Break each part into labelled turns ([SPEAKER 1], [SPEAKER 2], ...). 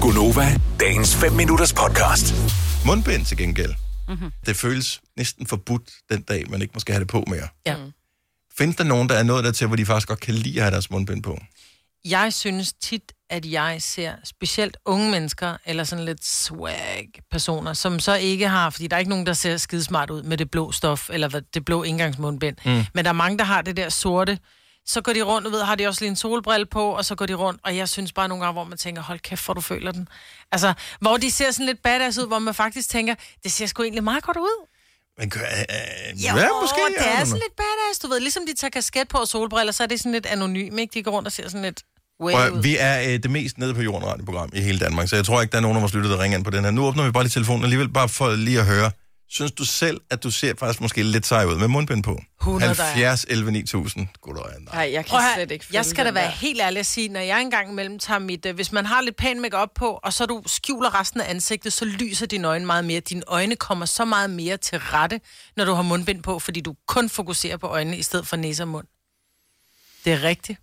[SPEAKER 1] Gunova, dagens 5 minutters podcast.
[SPEAKER 2] Mundbind til gengæld,
[SPEAKER 3] Mhm.
[SPEAKER 2] mm-hmm. det føles næsten forbudt den dag, man ikke måske have det på mere.
[SPEAKER 3] Ja.
[SPEAKER 2] Findes der nogen, der er nået dertil, hvor de faktisk godt kan lide at have deres mundbind på?
[SPEAKER 3] Jeg synes tit, at jeg ser specielt unge mennesker, eller sådan lidt swag-personer, som så ikke har, fordi der er ikke nogen, der ser skidesmart ud med det blå stof, eller hvad- det blå indgangsmundbind. Mm. Men der er mange, der har det der sorte, så går de rundt, og ved, har de også lige en solbrille på, og så går de rundt, og jeg synes bare nogle gange, hvor man tænker, hold kæft, hvor du føler den. Altså, hvor de ser sådan lidt badass ud, hvor man faktisk tænker, det ser sgu egentlig meget godt ud.
[SPEAKER 2] Men, øh, øh,
[SPEAKER 3] Jo,
[SPEAKER 2] ja, måske.
[SPEAKER 3] det
[SPEAKER 2] I
[SPEAKER 3] er
[SPEAKER 2] don't
[SPEAKER 3] sådan
[SPEAKER 2] know.
[SPEAKER 3] lidt badass, du ved. Ligesom de tager kasket på og solbriller, så er det sådan lidt anonym, ikke? De går rundt og ser sådan lidt way
[SPEAKER 2] Prøv, at
[SPEAKER 3] ud.
[SPEAKER 2] høre, vi er øh, det mest nede på jorden radioprogram i hele Danmark, så jeg tror ikke, der er nogen af vores lyttere, der ringer ind på den her. Nu åbner vi bare lige telefonen alligevel, bare for lige at høre. Synes du selv, at du ser faktisk måske lidt sej ud med mundbind på?
[SPEAKER 3] 100 der er.
[SPEAKER 2] 70, 11, 9000. Goddag, nej.
[SPEAKER 4] Nej, jeg kan
[SPEAKER 3] Prøv her,
[SPEAKER 4] slet ikke følge
[SPEAKER 3] jeg skal da
[SPEAKER 4] den
[SPEAKER 3] være
[SPEAKER 4] der.
[SPEAKER 3] helt ærlig at sige, når jeg engang imellem tager mit... Øh, hvis man har lidt pæn makeup på, og så du skjuler resten af ansigtet, så lyser dine øjne meget mere. Dine øjne kommer så meget mere til rette, når du har mundbind på, fordi du kun fokuserer på øjnene i stedet for næse og mund. Det er rigtigt.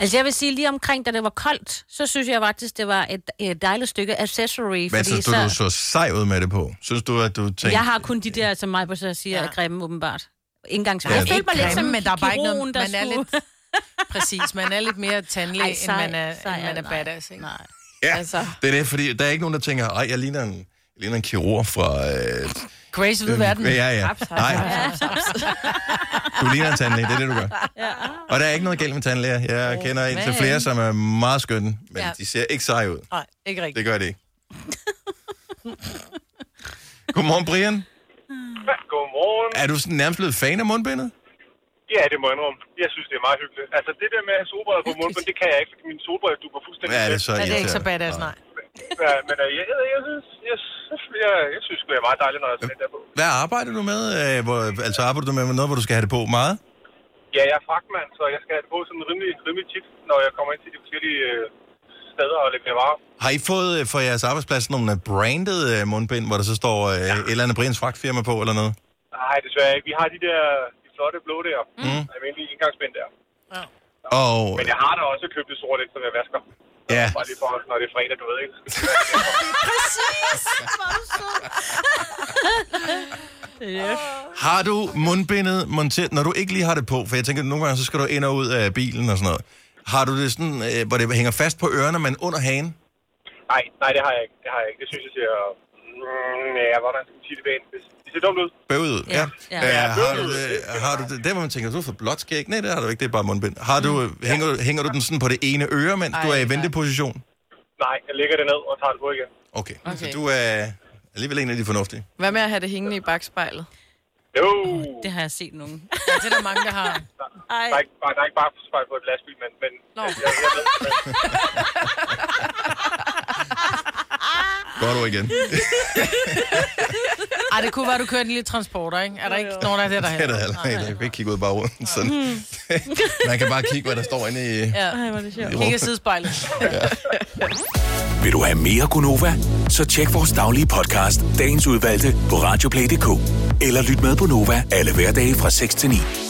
[SPEAKER 5] Altså jeg vil sige, lige omkring, da det var koldt, så synes jeg faktisk, det var et, et dejligt stykke accessory.
[SPEAKER 2] Men synes du, du så sej ud med det på? Synes du, at du tænker...
[SPEAKER 5] jeg har kun de der, som mig på så siger,
[SPEAKER 3] Ja.
[SPEAKER 5] ja. er grimme åbenbart. Indgangsvis.
[SPEAKER 2] Ja.
[SPEAKER 5] Jeg følte mig
[SPEAKER 3] Ikke
[SPEAKER 5] lidt som
[SPEAKER 3] grimme, men der er bare ikke noget-
[SPEAKER 5] kirurgen, der
[SPEAKER 3] man er
[SPEAKER 5] skulle...
[SPEAKER 3] lidt- Præcis, man er lidt mere tandlæge,
[SPEAKER 5] Ej,
[SPEAKER 3] Ej,
[SPEAKER 5] sej,
[SPEAKER 3] end man er,
[SPEAKER 5] sej
[SPEAKER 3] end man er
[SPEAKER 5] nej.
[SPEAKER 3] badass. Ikke?
[SPEAKER 5] Nej.
[SPEAKER 2] Ja, altså.
[SPEAKER 4] Altså.
[SPEAKER 2] det er det, fordi der er ikke nogen, der tænker, ej, jeg ligner en, jeg ligner en kirurg fra... Øh,
[SPEAKER 3] Grace ved verden.
[SPEAKER 2] Ja, ja.
[SPEAKER 4] Haps, haps,
[SPEAKER 2] Nej,
[SPEAKER 4] haps, haps, haps.
[SPEAKER 2] du ligner en tandlæge, det er det, du gør. Og der er ikke noget galt med tandlæger. Jeg kender en til
[SPEAKER 3] men.
[SPEAKER 2] flere, som er meget skønne, men
[SPEAKER 3] Ja.
[SPEAKER 2] de ser ikke seje ud.
[SPEAKER 3] Nej, ikke rigtigt.
[SPEAKER 2] Det gør det ikke. Godmorgen, Brian.
[SPEAKER 6] Godmorgen.
[SPEAKER 2] Er du sådan nærmest blevet fan af mundbindet?
[SPEAKER 6] Ja, det må jeg indrømme. Jeg synes, det er meget hyggeligt. Altså, det der med at have solbriller på munden, det kan jeg ikke, fordi min solbriller duper fuldstændig.
[SPEAKER 2] Ja, det er
[SPEAKER 6] selv.
[SPEAKER 2] så
[SPEAKER 3] Ja, det er ikke så
[SPEAKER 2] irriterende.
[SPEAKER 3] badass, nej.
[SPEAKER 6] Ja, men øh, jeg, jeg, jeg, synes, jeg, jeg, jeg synes, det er meget dejligt, når jeg ser det der på.
[SPEAKER 2] Hvad arbejder du med? Øh, Hvor, altså arbejder du med noget, hvor du skal have det på meget?
[SPEAKER 6] Ja, jeg er fragtmand, så jeg skal have det på sådan rimelig, rimelig tit, når jeg kommer ind til de forskellige øh, steder og lægger varer.
[SPEAKER 2] Har I fået øh, for jeres arbejdsplads nogle øh, branded øh, mundbind, hvor der så står øh, et eller andet Brians fragtfirma på eller noget?
[SPEAKER 6] Nej, desværre ikke. Vi har de der de flotte blå der. Mm. Almindelige indgangsbind der.
[SPEAKER 2] Og
[SPEAKER 6] Men jeg har da også købt det sorte, som jeg vasker.
[SPEAKER 2] Ja.
[SPEAKER 6] Bare lige for, når det er fredag, du ved ikke.
[SPEAKER 2] har du mundbindet monteret, når du ikke lige har det på? For jeg tænker, at nogle gange så skal du ind og ud af bilen og sådan noget. Har du det sådan, øh, hvor det hænger fast på ørerne, men under hagen?
[SPEAKER 6] Nej, nej, det har jeg ikke. Det har jeg ikke. Det synes jeg ser... Mm, ja, hvordan skal man sige det pænt? Det- Det ser dumt ud.
[SPEAKER 2] Bøvet ud, ja.
[SPEAKER 5] Ja,
[SPEAKER 2] ja.
[SPEAKER 5] ja.
[SPEAKER 2] Øh, har, du,
[SPEAKER 6] bøvet ud, det
[SPEAKER 2] øh, har du det, der hvor man tænker, du har fået blåt skæg? Nej, det har du ikke, det er bare mundbind. Har du, øh, hænger, du, hænger du den sådan på det ene øre, mens Ej, du er i venteposition?
[SPEAKER 6] Nej, jeg lægger det ned og tager det på igen.
[SPEAKER 2] Okay, okay. så
[SPEAKER 4] Okay.
[SPEAKER 2] du er alligevel en af de fornuftige.
[SPEAKER 4] Hvad med at have det hængende i bagspejlet?
[SPEAKER 6] Jo!
[SPEAKER 5] Det har jeg set nogen.
[SPEAKER 3] Ja, det er der mange, der har.
[SPEAKER 6] Der er ikke bare, der er ikke bare spejl på et lastbil, men... men
[SPEAKER 4] Nå.
[SPEAKER 6] jeg, jeg, jeg, ved, men
[SPEAKER 2] Går du igen?
[SPEAKER 3] Ej, det kunne være, du kørte en lille transporter, ikke? Er der ikke nogen af det, der
[SPEAKER 2] Det er der heller ikke. Jeg kan ikke kigge ud bare rundt. Sådan. Man kan bare kigge, hvad der står inde i...
[SPEAKER 4] Ej, hvor er det sjovt.
[SPEAKER 3] Kigge i sidespejlet.
[SPEAKER 1] Vil du have mere Gunova? Så tjek vores daglige podcast, dagens udvalgte, på radioplay.dk. Eller lyt med på Nova alle hverdage fra 6 til 9.